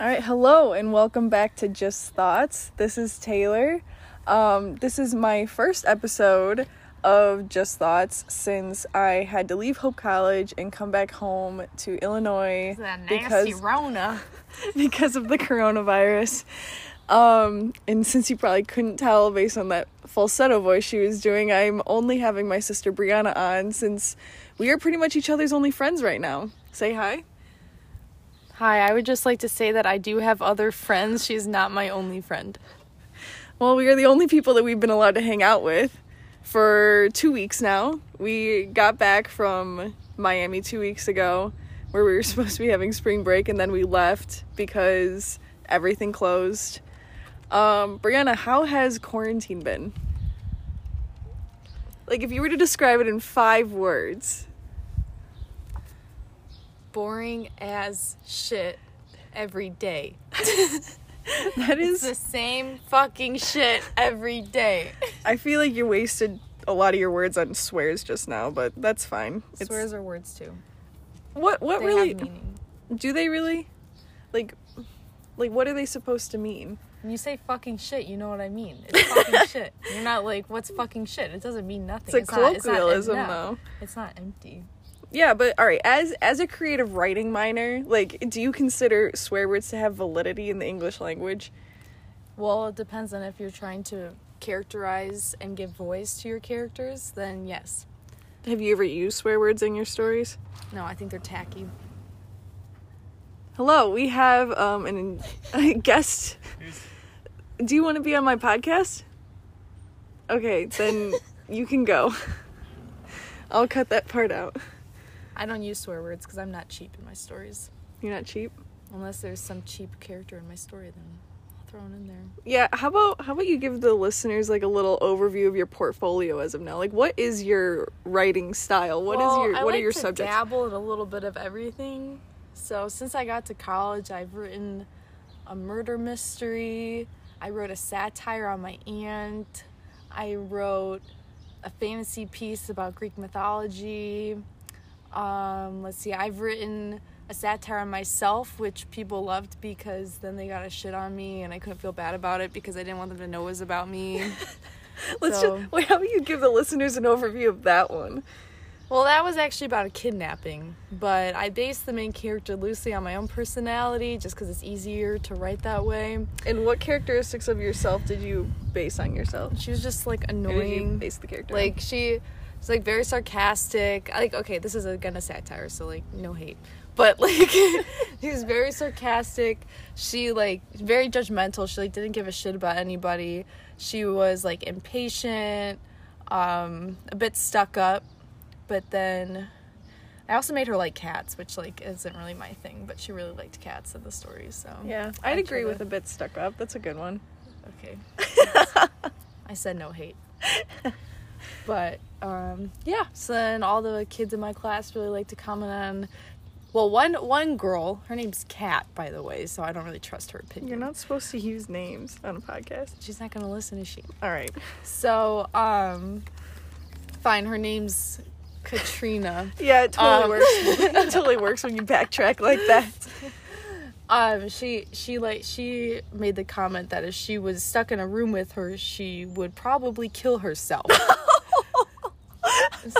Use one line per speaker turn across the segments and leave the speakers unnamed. All right, hello and welcome back to Just Thoughts. This is Taylor. Um, this is my first episode of Just Thoughts since I had to leave Hope College and come back home to Illinois
That nasty
because
Rona.
because of the coronavirus. Um, and since you probably couldn't tell based on that falsetto voice she was doing, I'm only having my sister Brianna on since we are pretty much each other's only friends right now. Say hi.
Hi, I would just like to say that I do have other friends. She's not my only friend.
Well, we are the only people that we've been allowed to hang out with for two weeks now. We got back from Miami two weeks ago, where we were supposed to be having spring break, and then we left because everything closed. Um, Brianna, how has quarantine been? Like, if you were to describe it in five words,
Boring as shit every day.
that
It's
is.
the same fucking shit every day.
I feel like you wasted a lot of your words on swears just now, but that's fine. It's,
Swears are words too.
what what
They
really
have meaning.
Do they really? Like, like what are they supposed to mean?
When you say fucking shit, you know what I mean. It's fucking shit. You're not like, what's fucking shit? It doesn't mean nothing.
It's a
not- not em-
colloquialism,
no.
though.
It's not empty.
Yeah, but all right. As as a creative writing minor, like, do you consider swear words to have validity in the English language?
Well, it depends on if you're trying to characterize and give voice to your characters, then yes.
Have you ever used swear words in your stories?
No, I think they're tacky.
Hello, we have um an a guest. Do you want to be on my podcast? Okay, then you can go. I'll cut that part out.
I don't use swear words because I'm not cheap in my stories.
You're not cheap.
Unless there's some cheap character in my story, then I'll throw it in there.
Yeah, how about how about you give the listeners like a little overview of your portfolio as of now? Like what is your writing style? What is your what are your
to
subjects?
dabble in a little bit of everything. So since I got to college, I've written a murder mystery. I wrote a satire on my aunt. I wrote a fantasy piece about Greek mythology. Um, let's see, I've written a satire on myself, which people loved because then they got a shit on me and I couldn't feel bad about it because I didn't want them to know it was about me.
Let's
so-
just wait, how about you give the listeners an overview of that one?
Well, that was actually about a kidnapping, but I based the main character loosely on my own personality just because it's easier to write that way.
And what characteristics of yourself did you base on yourself?
She was just like
Or did you
annoying.
base the character? on?
Like she she's like very sarcastic. I- Like okay, this is again a satire, so like no hate. But like she was very sarcastic. She like very judgmental. She like didn't give a shit about anybody. She was like impatient, um, a bit stuck up. But then I also made her like cats, which like isn't really my thing, but she really liked cats in the story, so
Yeah. I'd
I
agree
tried
with
to-
a bit stuck up. That's a good one.
Okay. I said no hate. But um, yeah, so then all the kids in my class really like to comment on. Well, one one girl, her name's Kat, by the way, so I don't really trust her opinion.
You're not supposed to use names on a podcast.
She's not gonna listen, is she?
All right.
So um, fine. Her name's Katrina.
Yeah, it totally
Um,
works. it totally works when you backtrack like that.
um she she like she made the comment that if she was stuck in a room with her she would probably kill herself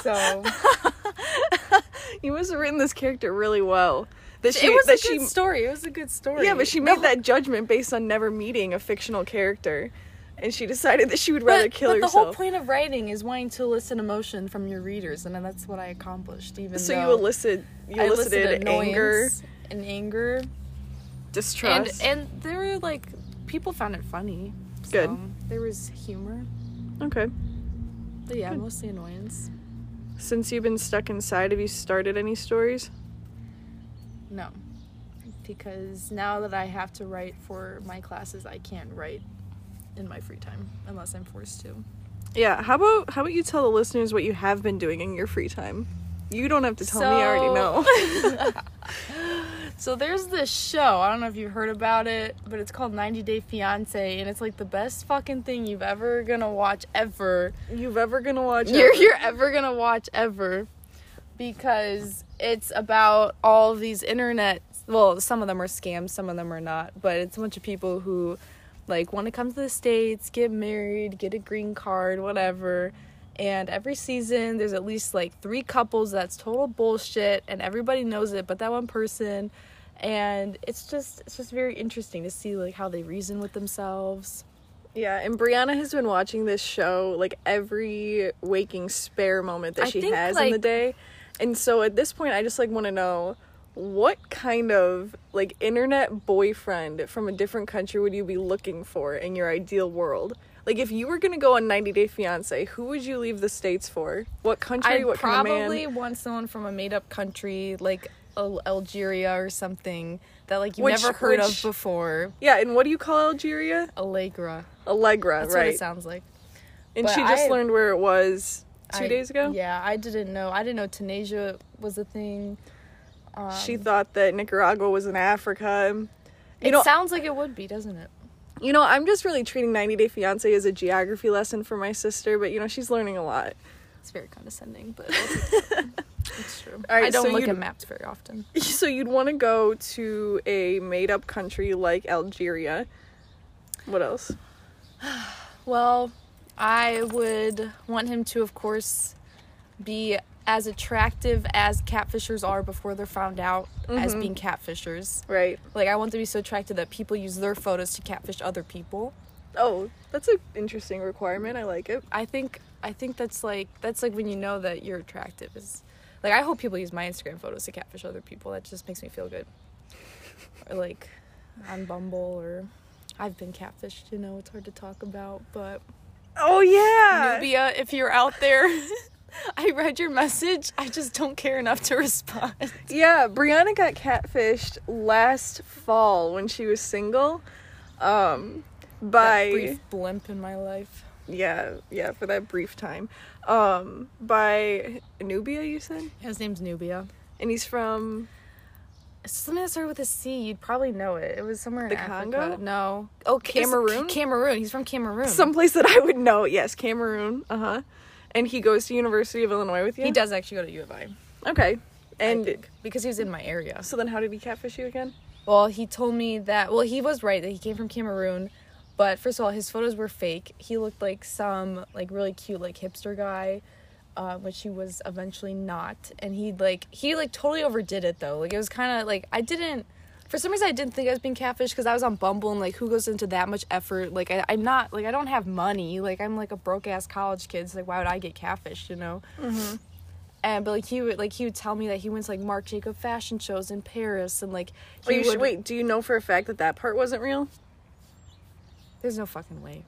so
You must have written this character really well. That she
it was a
that
good
she
story it was a good story
Yeah, but she made that judgment based on never meeting a fictional character, and she decided that she would rather
but,
kill
but the whole
herself.
point of writing is wanting to elicit emotion from your readers and that's what i accomplished even
so
though
you elicit, you
I
elicited anger,
annoyance and anger and
distrust.
and there were like people found it funny
Good.
so there was humor
okay.
but yeah mostly annoyance
Since you've been stuck inside, have you started any stories?
No. Because now that I have to write for my classes, I can't write in my free time unless I'm forced to.
Yeah. How about how about you tell the listeners what you have been doing in your free time? You don't have to tell me. I already know.
So there's this show, I don't know if you heard about it, but it's called 90 Day Fiancé and it's like the best fucking thing you've ever gonna watch ever.
You've ever gonna watch?
you're,
it?
you're ever gonna watch ever because it's about all these internet well, some of them are scams, some of them are not, but it's a bunch of people who like want to come to the states, get married, get a green card, whatever. And every season there's at least like 3 couples that's total bullshit and everybody knows it but that one person and it's just it's just very interesting to see like how they reason with themselves.
Yeah, and Brianna has been watching this show like every waking spare moment that
I
she
think,
has in the
like-
day. And so at this point, I just like want to know what kind of like internet boyfriend from a different country would you be looking for in your ideal world? Like if you were going to go on 90 Day Fiancé, who would you leave the states for? What country,
I'd
what kind of
probably
man?
want someone from a made-up country like Al- Algeria or something that like you've
Which-
never heard
which-
of before.
Yeah, and what do you call Algeria?
Allegra.
Allegra,
That's
right?
what it sounds like.
and
but
she just
I-
learned where it was 2
I-
days ago.
Yeah, I didn't know. I didn't know Tunisia was a thing. Um,
She thought that Nicaragua was in Africa.
it
know-
sounds like it would be, doesn't it?
You know, I'm just really treating 90 Day Fiance as a geography lesson for my sister, but you know, she's learning a lot.
It's very condescending, but it's- it's true.
All right,
I don't
so
look
you-
at maps very often.
So you'd want to go to a made up country like Algeria. What else?
Well, I would want him to, of course, be as attractive as catfishers are before they're found out
Mm-hmm.
as being catfishers.
Right.
Like, I want them to be so attractive that people use their photos to catfish other people.
Oh, that's an interesting requirement. I like it.
I think I think that's like that's like when you know that you're attractive is like I hope people use my Instagram photos to catfish other people. That just makes me feel good. Or like on Bumble or I've been catfished, you know, it's hard to talk about, but
Oh, yeah.
Nubia, if you're out there, I read your message. I just don't care enough to respond.
Yeah, Brianna got catfished last fall when she was single. Um, by
That brief blimp in my life.
yeah, yeah, for that brief time. Um, by Nubia, you said,
His name's Nubia.
and he's from
It's something that started with a C. You'd probably know it. It was somewhere in
The
Africa.
Congo?
No. Oh, it's-
Cameroon?
Cameroon. He's from Cameroon.
someplace that I would know. Yes, Cameroon. Uh huh. And he goes to University of Illinois with you.
He does actually go to U of I.
Okay.
And
And
because he was in my area.
so then, how did he catfish you again?
Well, he told me that, well, he was right that he came from Cameroon. But first of all, his photos were fake. He looked like some like really cute like hipster guy, uh, which he was eventually not. And he like he like totally overdid it though. Like it was kind of like I didn't. For some reason, I didn't think I was being catfished because I was on Bumble and like who goes into that much effort? Like I, I'm not like I don't have money. Like I'm like a broke ass college kid. So like why would I get catfished? You know and but like he would like he would tell me that he went to like Marc Jacob fashion shows in Paris and like
Oh,
he
you
would
should, wait, do you know for a fact that that part wasn't real?
There's no fucking way.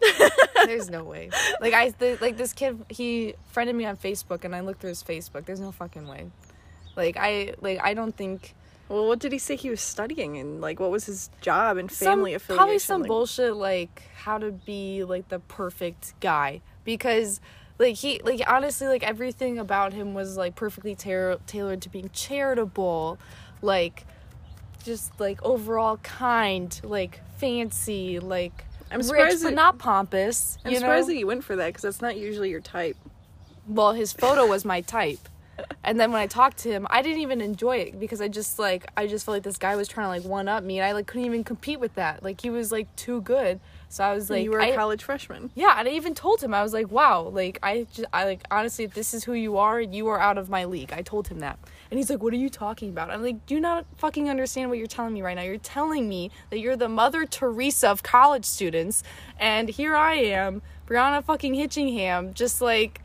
There's no way. Like I th- like this kid he friended me on Facebook and I looked through his Facebook. There's no fucking way. Like I like I don't think
Well, what did he say he was studying and like what was his job and
some-
family affiliation?
Probably some
like-
bullshit like how to be like the perfect guy because like he like honestly like everything about him was like perfectly tar- tailored to being charitable, like just like overall kind, like fancy, like
I'm
rich
surprised
but
that-
not pompous.
I'm
you
surprised
know?
that you went for that because that's not usually your type.
well his photo was my type and then when i talked to him i didn't even enjoy it because i just like i just felt like this guy was trying to like one up me and i like couldn't even compete with that like he was like too good so i was like
you were a
I-
college freshman.
yeah and i even told him i was like wow like i just i like honestly if this is who you are you are out of my league i told him that and he's like what are you talking about i'm like do you not fucking understand what you're telling me right now you're telling me that you're the mother teresa of college students and here i am brianna fucking hitchingham just like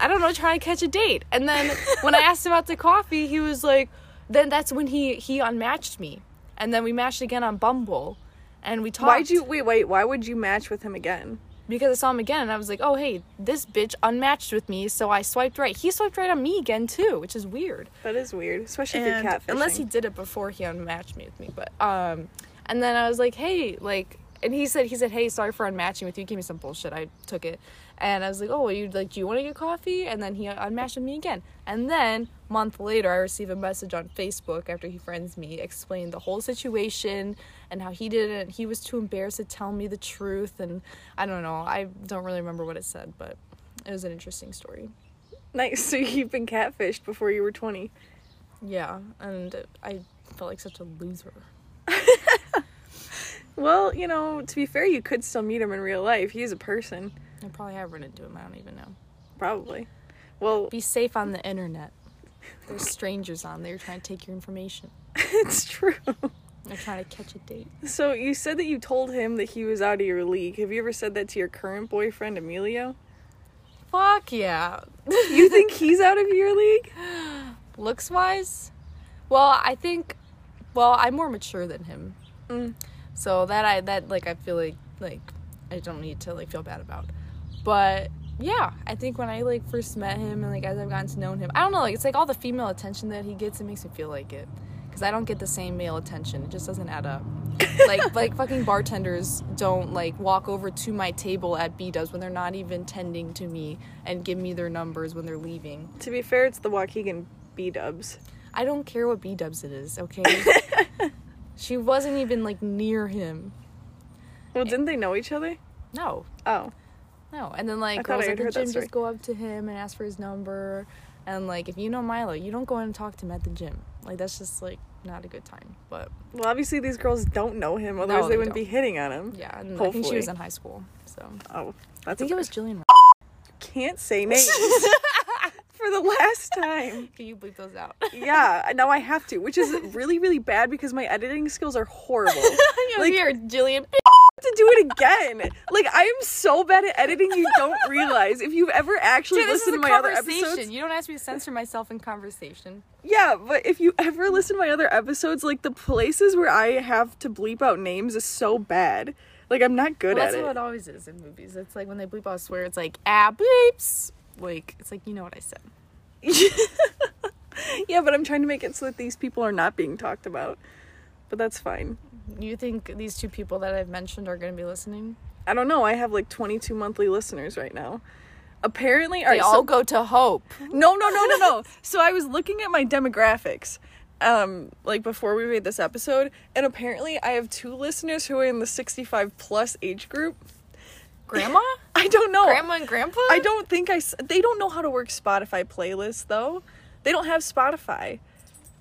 i don't know trying to catch a date and then when i asked him out to coffee he was like then that's when he he unmatched me and then we matched again on bumble and we talked
Why'd you wait? Wait, why would you match with him again?
because I saw him again and I was like, oh, hey, this bitch unmatched with me. So I swiped right. He swiped right on me again, too, which is weird.
That is weird, especially if
And-
you're catfishing.
unless he did it before he unmatched me with me. But, um, and then I was like, hey, like, and he said, he said, hey, sorry for unmatching with you. Give me some bullshit. I took it. And I was like, oh, well, you like, do you want to get coffee? And then he unmatched with me again. And then, month later, I receive a message on Facebook after he friends me, explained the whole situation and how he didn't, he was too embarrassed to tell me the truth. And I don't know. I don't really remember what it said, but it was an interesting story.
nice. So you've been catfished before you were 20.
Yeah, and I felt like such a loser.
Well, you know, to be fair, you could still meet him in real life. He's a person,
I probably have run into him. I don't even know.
probably. Well,
Be safe on the internet. There's strangers on there trying to take your information.
it's true.
They're trying to catch a date.
So you said that you told him that he was out of your league. Have you ever said that to your current boyfriend, Emilio?
Fuck yeah.
You think he's out of your league?
Looks wise? Well, I think well, I'm more mature than him.
Mm.
So that I that like I feel like like I don't need to like feel bad about. But yeah, I think when I like first met him and like as I've gotten to know him, I don't know, like it's like all the female attention that he gets, it makes me feel like it. Cause I don't get the same male attention. It just doesn't add up. like like fucking bartenders don't like walk over to my table at B does when they're not even tending to me and give me their numbers when they're leaving.
To be fair, it's the Waukegan B Dubs.
I don't care what B Dubs it is, okay? she wasn't even like near him.
Well, didn't they know each other?
No,
Oh,
no. And then
I
like
thought
girls
I
at
had
the
heard that
gym
story.
just go up to him and ask for his number. And like if you know Milo, you don't go in and talk to him at the gym. Like that's just like not a good time. But
well, obviously these girls don't know him, otherwise they,
they
wouldn't be
don't.
hitting on him.
yeah, and I think she
Hopefully.
was in high school. So
Oh,
I
that's
think
a-
it was Jillian.
can't say names for the last time.
Can you bleep those out?
Yeah, now I have to, which is really, really bad because my editing skills are horrible.
like, here, Jillian.
to do it again. Like I am so bad at editing, you don't realize. If you've ever actually
Dude, this is
listened
a
to my other
conversation.
episodes,
You don't ask me to censor myself in conversation.
yeah, but if you ever listen to my other episodes, like the places where I have to bleep out names is so bad. Like I'm not good
Well,
at
that's
it.
how it always is in movies. It's like when they bleep out a swear, it's like ah bleeps. Like it's like you know what I said.
yeah, but I'm trying to make it so that these people are not being talked about. But that's fine.
You think these two people that I've mentioned are going to be listening?
I don't know. I have like 22 monthly listeners right now. Apparently, all
They
right, so-
all go to Hope.
No, no, no, no, no. so I was looking at my demographics, um, like before we made this episode, and apparently I have two listeners who are in the 65 plus age group.
Grandma,
I don't know.
grandma, and grandpa.
I don't think I. s- They don't know how to work Spotify playlists though. They don't have Spotify.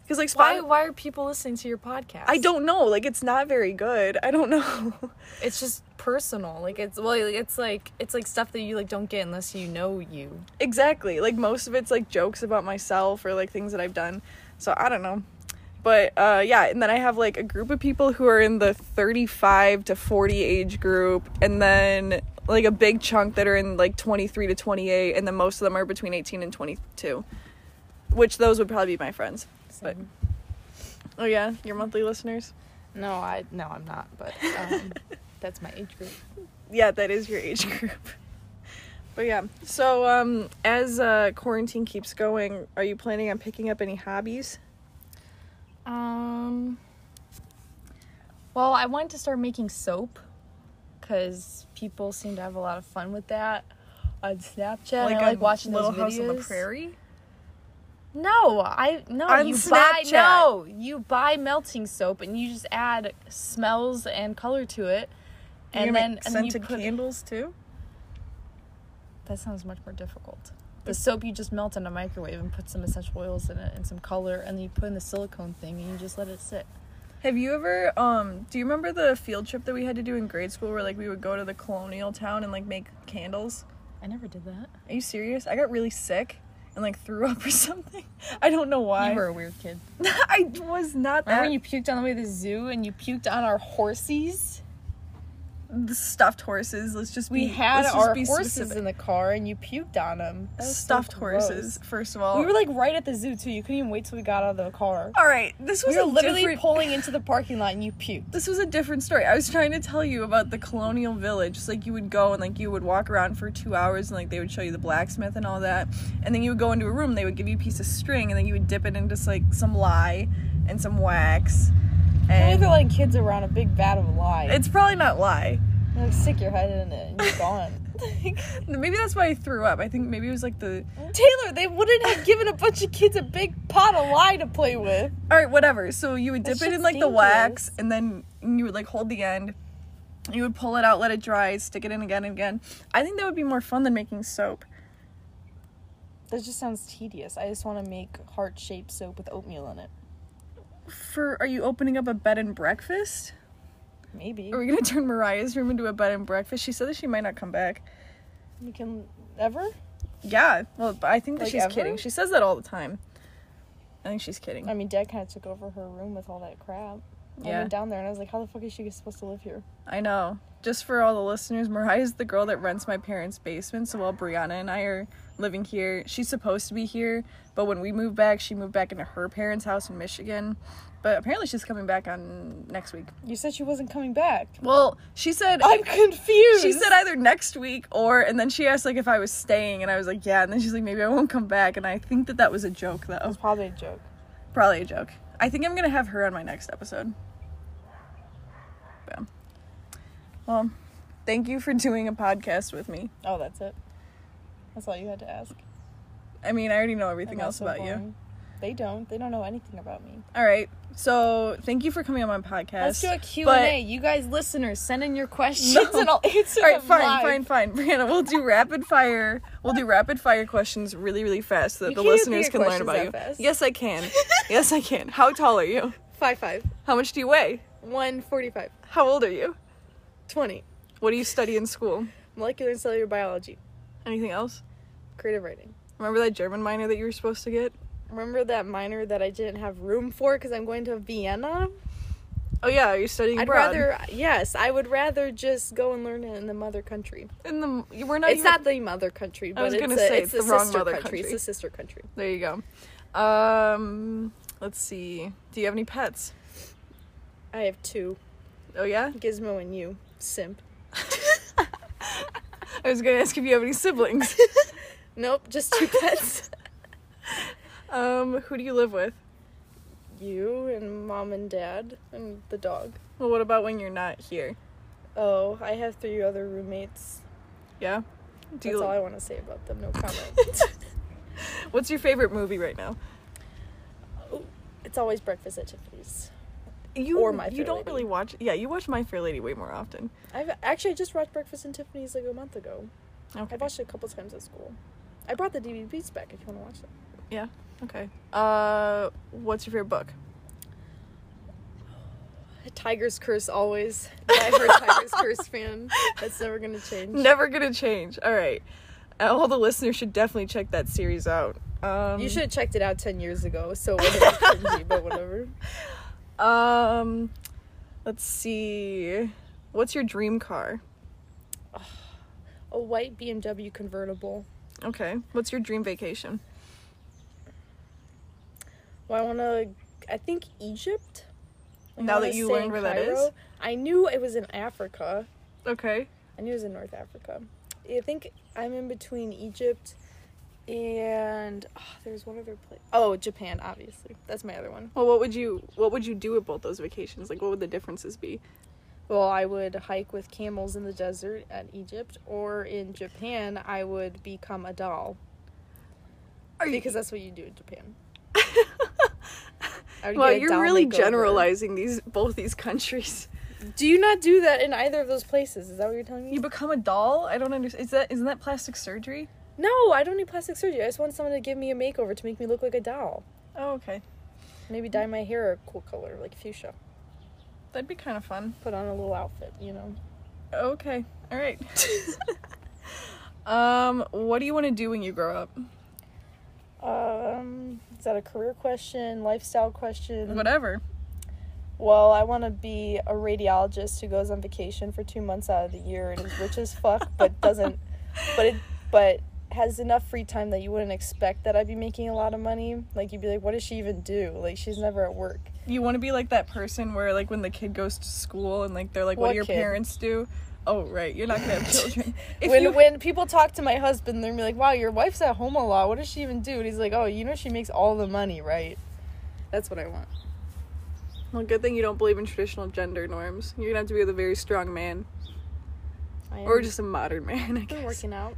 Because like
Why?
Spotify,
Why are people listening to your podcast?
I don't know. Like it's not very good. I don't know.
It's just personal. Like it's well, it's like it's like stuff that you like don't get unless you know you.
exactly. Like most of it's like jokes about myself or like things that I've done. So I don't know. But uh, yeah, and then I have like a group of people who are in the 35 to 40 age group, and then like a big chunk that are in like 23 to 28, and then most of them are between 18 and 22, which those would probably be my friends. But
Same.
oh yeah, your monthly listeners.
No, I no, I'm not. But um, that's my age group.
yeah, that is your age group. But yeah, so um, as uh, quarantine keeps going, are you planning on picking up any hobbies?
Um. Well, I wanted to start making soap because people seem to have a lot of fun with that on Snapchat. Like I
a
like watching
Little
those
House on the
videos.
Prairie.
No, I no.
On
you buy
Snapchat.
no. You buy melting soap and you just add smells and color to it,
You're
and
gonna
then
make
and then you
scented
put.
candles too.
That sounds much more difficult. The soap you just melt in a microwave and put some essential oils in it and some color, and then you put in the silicone thing and you just let it sit.
Have you ever um do you remember the field trip that we had to do in grade school where like we would go to the colonial town and like make candles?
I never did that.
Are you serious? I got really sick and like threw up or something. I don't know why.
You were a weird kid.
I was not
Remember
that
when you puked on the way to the zoo and you puked on our horses?
the stuffed horses. Let's just be,
We
Mm,
had
let's just
our
be
horses
specific.
in the car and you puked on them.
stuffed horses. First of all,
We were like right at the zoo too. You couldn't even wait till we got out of the car.
all right. This was
We were
a
literally
different.
pulling into the parking lot and you puked.
this was a different story. I was trying to tell you about the colonial village. It's like you would go and like you would walk around for two hours and like they would show you the blacksmith and all that. And then you would go into a room, they would give you a piece of string and then you would dip it into like some lye and some wax.
I
And
they're letting kids around a big vat of lye.
it's probably not lye.
And, like stick your head in it and you're gone.
Maybe that's why I threw up. I think maybe it was like the
Taylor, they wouldn't have given a bunch of kids a big pot of lye to play with.
All right, whatever. So you would
That
dip it in
shit's
like the wax, and then you would like hold the end. You would pull it out, let it dry, stick it in again and again. I think that would be more fun than making soap.
That just sounds tedious. I just want to make heart shaped soap with oatmeal in it.
for are you opening up a bed and breakfast?
Maybe.
Are we gonna turn Mariah's room into a bed and breakfast? She said that she might not come back.
We can ever?
Yeah, well, but I think that
Like,
she's
ever?
kidding. She says that all the time. I think she's kidding.
I mean, Dad kind of took over her room with all that crap. I
Yeah.
went down there and I was like, how the fuck is she supposed to live here?
I know. Just for all the listeners, Mariah's the girl that rents my parents' basement. So while Brianna and I are living here, she's supposed to be here. But when we moved back, she moved back into her parents' house in Michigan. But apparently, she's coming back on next week.
You said she wasn't coming back.
Well, she said
I'm confused.
she said either next week or, and then she asked like if I was staying, and I was like, yeah. And then she's like, maybe I won't come back. And I think that that was a joke
It
though,
was probably a joke.
probably a joke. I think I'm gonna have her on my next episode. Bam. Well, thank you for doing a podcast with me.
Oh, that's it. That's all you had to ask.
I mean, I already know
Am
everything
I
else
so
about you.
boring? They don't. They don't know anything about me.
All right. So thank you for coming on my podcast.
Let's do a Q&A.
but-
You guys listeners, send in your questions
No.
and I'll answer
All right,
them
fine,
live.
fine, fine, Brianna. We'll do rapid fire. We'll do rapid fire questions really, really fast so that
You
the
can't do
listeners
your
can learn
questions
about
that
you.
fast.
Yes, I can. yes, I can. How tall are you?
Five five.
How much do you weigh?
One forty five.
How old are you?
Twenty.
What do you study in school?
Molecular and cellular biology.
Anything else?
Creative writing.
Remember that German minor that you were supposed to get?
Remember that minor that I didn't have room for because I'm going to Vienna?
Oh yeah, are you studying
I'd
abroad?
rather yes, I would rather just go and learn it in the mother country.
in the you were not.
it's
even-
not the mother country, but
was
it's,
gonna
a,
say,
it's,
it's
the
the wrong
sister
mother
country. It's
country.
the sister country.
There you go. Um, let's see. Do you have any pets?
I have two,
Oh yeah.
Gizmo and you, simp.
I was gonna ask if you have any siblings.
Nope, just two pets.
um, who do you live with?
you and mom and dad and the dog.
Well, what about when you're not here?
Oh, I have three other roommates.
Yeah. Do
That's
you,
all I want to say about them. No comment.
What's your favorite movie right now?
Oh, it's always breakfast at Tiffany's.
You
Or My
you
Fair
don't
Lady.
really watch. Yeah, you watch My Fair Lady way more often.
I've actually I just watched Breakfast at Tiffany's like a month ago.
Okay.
I watched it a couple times at school. I brought the DVDs back if you want to watch them.
yeah. Okay. Uh, what's your favorite book?
Tiger's Curse always. Die for a Tiger's Curse fan. That's never gonna change.
Never gonna change. All right. Uh, All the listeners should definitely check that series out. Um,
You should have checked it out ten years ago, so it wasn't cringy, but whatever.
Um, let's see. What's your dream car?
A white BMW convertible.
Okay. What's your dream vacation?
Well, I wanna. I think Egypt. Like, I
Now that
wanna
you
stay
learned
in
where that is?
Cairo. I knew it was in Africa.
Okay.
I knew it was in North Africa. I think I'm in between Egypt and oh, there's one other place. Oh, Japan, obviously. That's my other one.
Well, what would you what would you do at both those vacations? Like, what would the differences be?
Well, I would hike with camels in the desert at Egypt, or in Japan, I would become a doll
Are you?
because that's what you do in Japan. I would
Well,
get a
you're
doll
really
makeover.
generalizing these both these countries.
Do you not do that in either of those places? Is that what you're telling me?
You become a doll? I don't understand. Is that isn't that plastic surgery?
no, I don't need plastic surgery. I just want someone to give me a makeover to make me look like a doll.
Oh, okay.
Maybe dye my hair a cool color, like fuchsia.
That'd be kind of fun.
Put on a little outfit, you know.
Okay. All right. um, what do you want to do when you grow up?
Um, is that a career question, lifestyle question?
Whatever.
Well, I want to be a radiologist who goes on vacation for two months out of the year and is rich as fuck, but doesn't, but it, but has enough free time that you wouldn't expect that I'd be making a lot of money. Like you'd be like, what does she even do? Like she's never at work.
You want to be like that person where like when the kid goes to school and like they're like, what,
What
do your
kid?
parents do? Oh, right. You're not gonna have children. If
when
you-
when people talk to my husband, they're gonna be like, wow, your wife's at home a lot. What does she even do? And he's like, oh, you know she makes all the money, right? That's what I want.
well, good thing you don't believe in traditional gender norms. You're gonna have to be with a very strong man
I am.
or just a modern man. I
I've been
guess.
working out.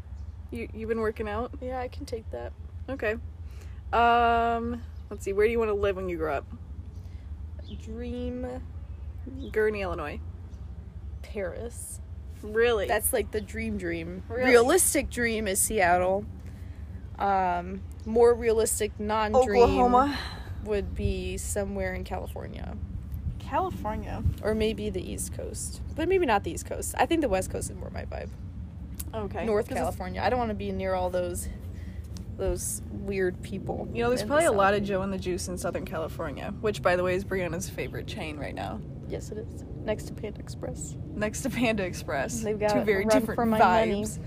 You you've been working out.
Yeah, I can take that.
Okay. Um, let's see. Where do you want to live when you grow up?
Dream
Gurney, Illinois.
Paris.
Really?
That's like the dream dream.
Really?
Realistic dream is Seattle. Um, more realistic non dream. would be somewhere in California
California.
or maybe the East Coast, but maybe not the East Coast. I think the West Coast is more my vibe.
Okay.
North
'Cause it's-
California. I don't want to be near all those those weird people.
You know, there's
in the
probably a lot
South.
of Joe and the Juice in Southern California, which, by the way, is Brianna's favorite chain right now.
Yes, it is next to Panda Express.
Next to Panda Express,
They've got
two very
Run
different
for My Money.
vibes.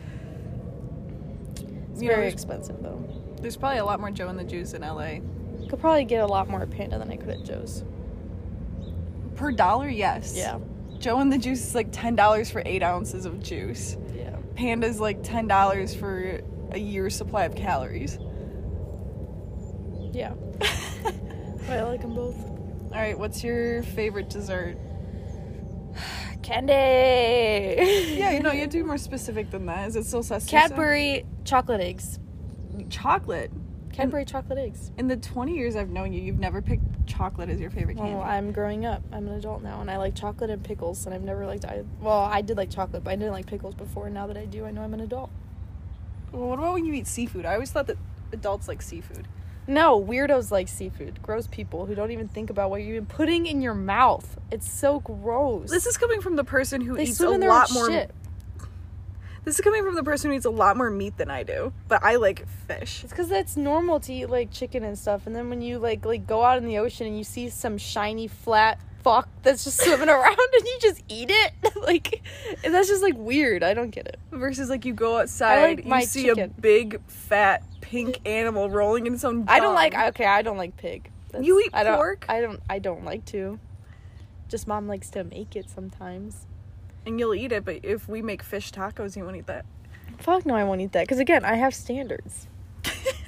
It's
You know,
very
there's,
expensive though.
there's probably a lot more Joe and the Juice in LA.
Could probably get a lot more at Panda than I could at Joe's.
Per dollar, yes.
Yeah,
Joe and the Juice is like ten dollars for eight ounces of juice.
yeah.
Panda's like ten dollars for a year's supply of calories.
Yeah. But I like them both.
All right, what's your favorite dessert?
Candy.
Yeah,
yeah,
you know, uh, you have to be more specific than that. Is it still sesame?
Cadbury chocolate eggs.
chocolate.
Cadbury
Mm.
chocolate eggs.
In the 20 years I've known you, you've never picked chocolate as your favorite candy.
Well, I'm growing up. I'm an adult now, and I like chocolate and pickles. And I've never liked. I well, I did like chocolate, but I didn't like pickles before. And now that I do, I know I'm an adult.
Well, what about when you eat seafood? I always thought that adults like seafood.
No, weirdos like seafood. Gross people who don't even think about what you're even putting in your mouth. It's so gross.
This is coming from the person who
they
eats a
swim in their own
lot more.
shit.
This is coming from the person who eats a lot more meat than I do, but I like fish.
It's because that's normal to eat like chicken and stuff, and then when you like like go out in the ocean and you see some shiny flat fuck that's just swimming around and you just eat it, like and that's just like weird. I don't get it.
Versus like you go outside,
my
you see
chicken.
a big fat pink animal rolling in its own.
I don't
dung.
like. Okay, I don't like pig. That's-
You eat
I don't,
pork?
I don't. I don't like to. Just mom likes to make it sometimes.
and you'll eat it, but if we make fish tacos, you won't eat that.
Fuck no, I won't eat that. Because again, I have standards.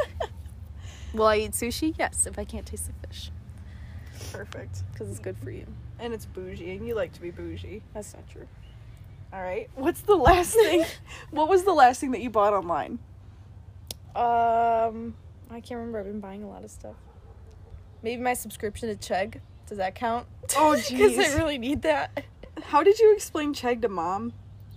Will I eat sushi? Yes, if I can't taste the fish,
Perfect.
because it's good for you.
And it's bougie, and you like to be bougie.
That's not true.
All right. What's the last thing? what was the last thing that you bought online?
Um, I can't remember. I've been buying a lot of stuff. Maybe my subscription to Chegg. Does that count?
Oh,
Because
jeez.
I really need that.
How did you explain Chegg to mom?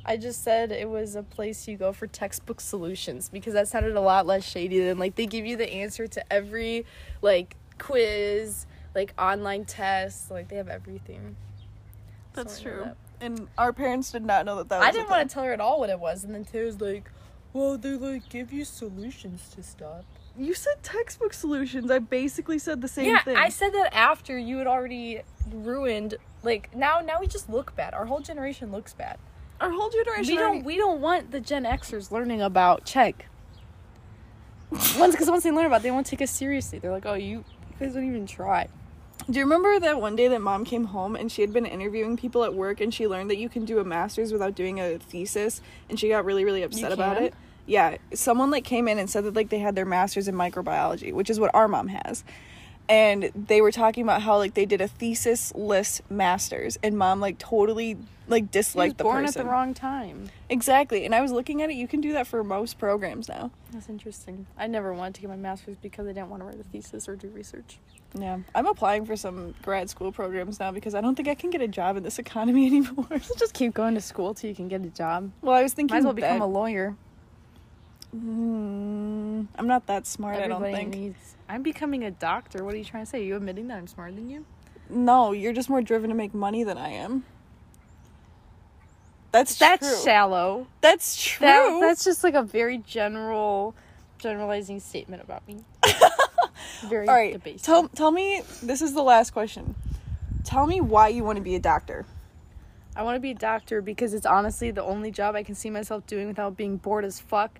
I just said it was a place you go for textbook solutions because that sounded a lot less shady than like they give you the answer to every like quiz, like online test, like they have everything. So I know that.
And our parents did not know that that was
I didn't want to tell her at all what it was, and then Taylor's like, "Well, they like give you solutions to stuff."
to. You said textbook solutions. I basically said the same
yeah,
thing.
I said that after you had already ruined. Like now, now we just look bad. Our whole generation looks bad.
Our whole generation.
We don't.
already-
We don't want the Gen Xers learning about check. once, because once they learn about, it, they won't take us seriously. They're like, "Oh, you, you guys don't even try."
Do you remember that one day that mom came home and she had been interviewing people at work and she learned that you can do a master's without doing a thesis and she got really really upset about
can?
it? Yeah, someone like came in and said that like they had their masters in microbiology, which is what our mom has. And they were talking about how like they did a thesis-less masters and mom like totally like
He was
disliked the
born
person.
at the wrong time.
Exactly. And I was looking at it, you can do that for most programs now.
That's interesting. I never wanted to get my master's because I didn't want to write a thesis or do research.
Yeah. I'm applying for some grad school programs now because I don't think I can get a job in this economy anymore.
Just keep going to school till you can get a job.
well, I was thinking
Might as well become a
that-
lawyer.
Mm, I'm not that smart, I
Everybody
don't think.
needs. I'm becoming a doctor. What are you trying to say? Are you admitting that I'm smarter than you?
No, you're just more driven to make money than I am. That's
That's
true.
shallow.
that's true.
That, that's just like a very general, generalizing statement about me. very
All right.
debasing.
Tell tell me this is the last question. Tell me why you want to be a doctor.
I want to be a doctor because it's honestly the only job I can see myself doing without being bored as fuck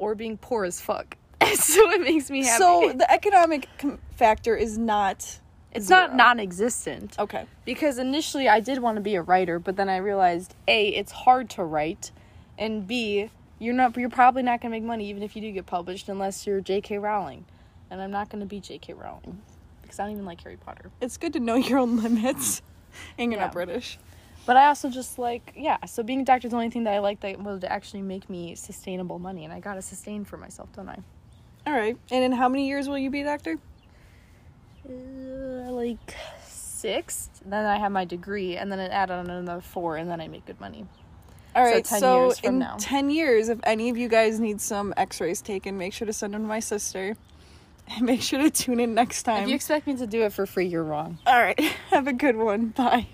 or being poor as fuck. so it makes me happy.
So the economic com- factor is not
it's not
zero.
non existent.
okay.
because initially I did want to be a writer, but then I realized a it's hard to write, and b you're not you're probably not gonna make money even if you do get published unless you're J.K. Rowling, and I'm not gonna be J.K. Rowling because I don't even like Harry Potter.
It's good to know your own limits. Hanging
Yeah.
out British.
But I also just like yeah, so being a doctor is the only thing that I like that would actually make me sustainable money, and I gotta sustain for myself, don't I?
All right. And in how many years will you be a doctor?
Uh, like six, then I have my degree, and then I add on another four, and then I make good money.
All
So
right,
10
so,
years from
in
now.
10 years, if any of you guys need some x rays taken, make sure to send them to my sister. Make sure to tune in next
If
time.
you expect me to do it for free, you're wrong.
All right. Have a good one. Bye.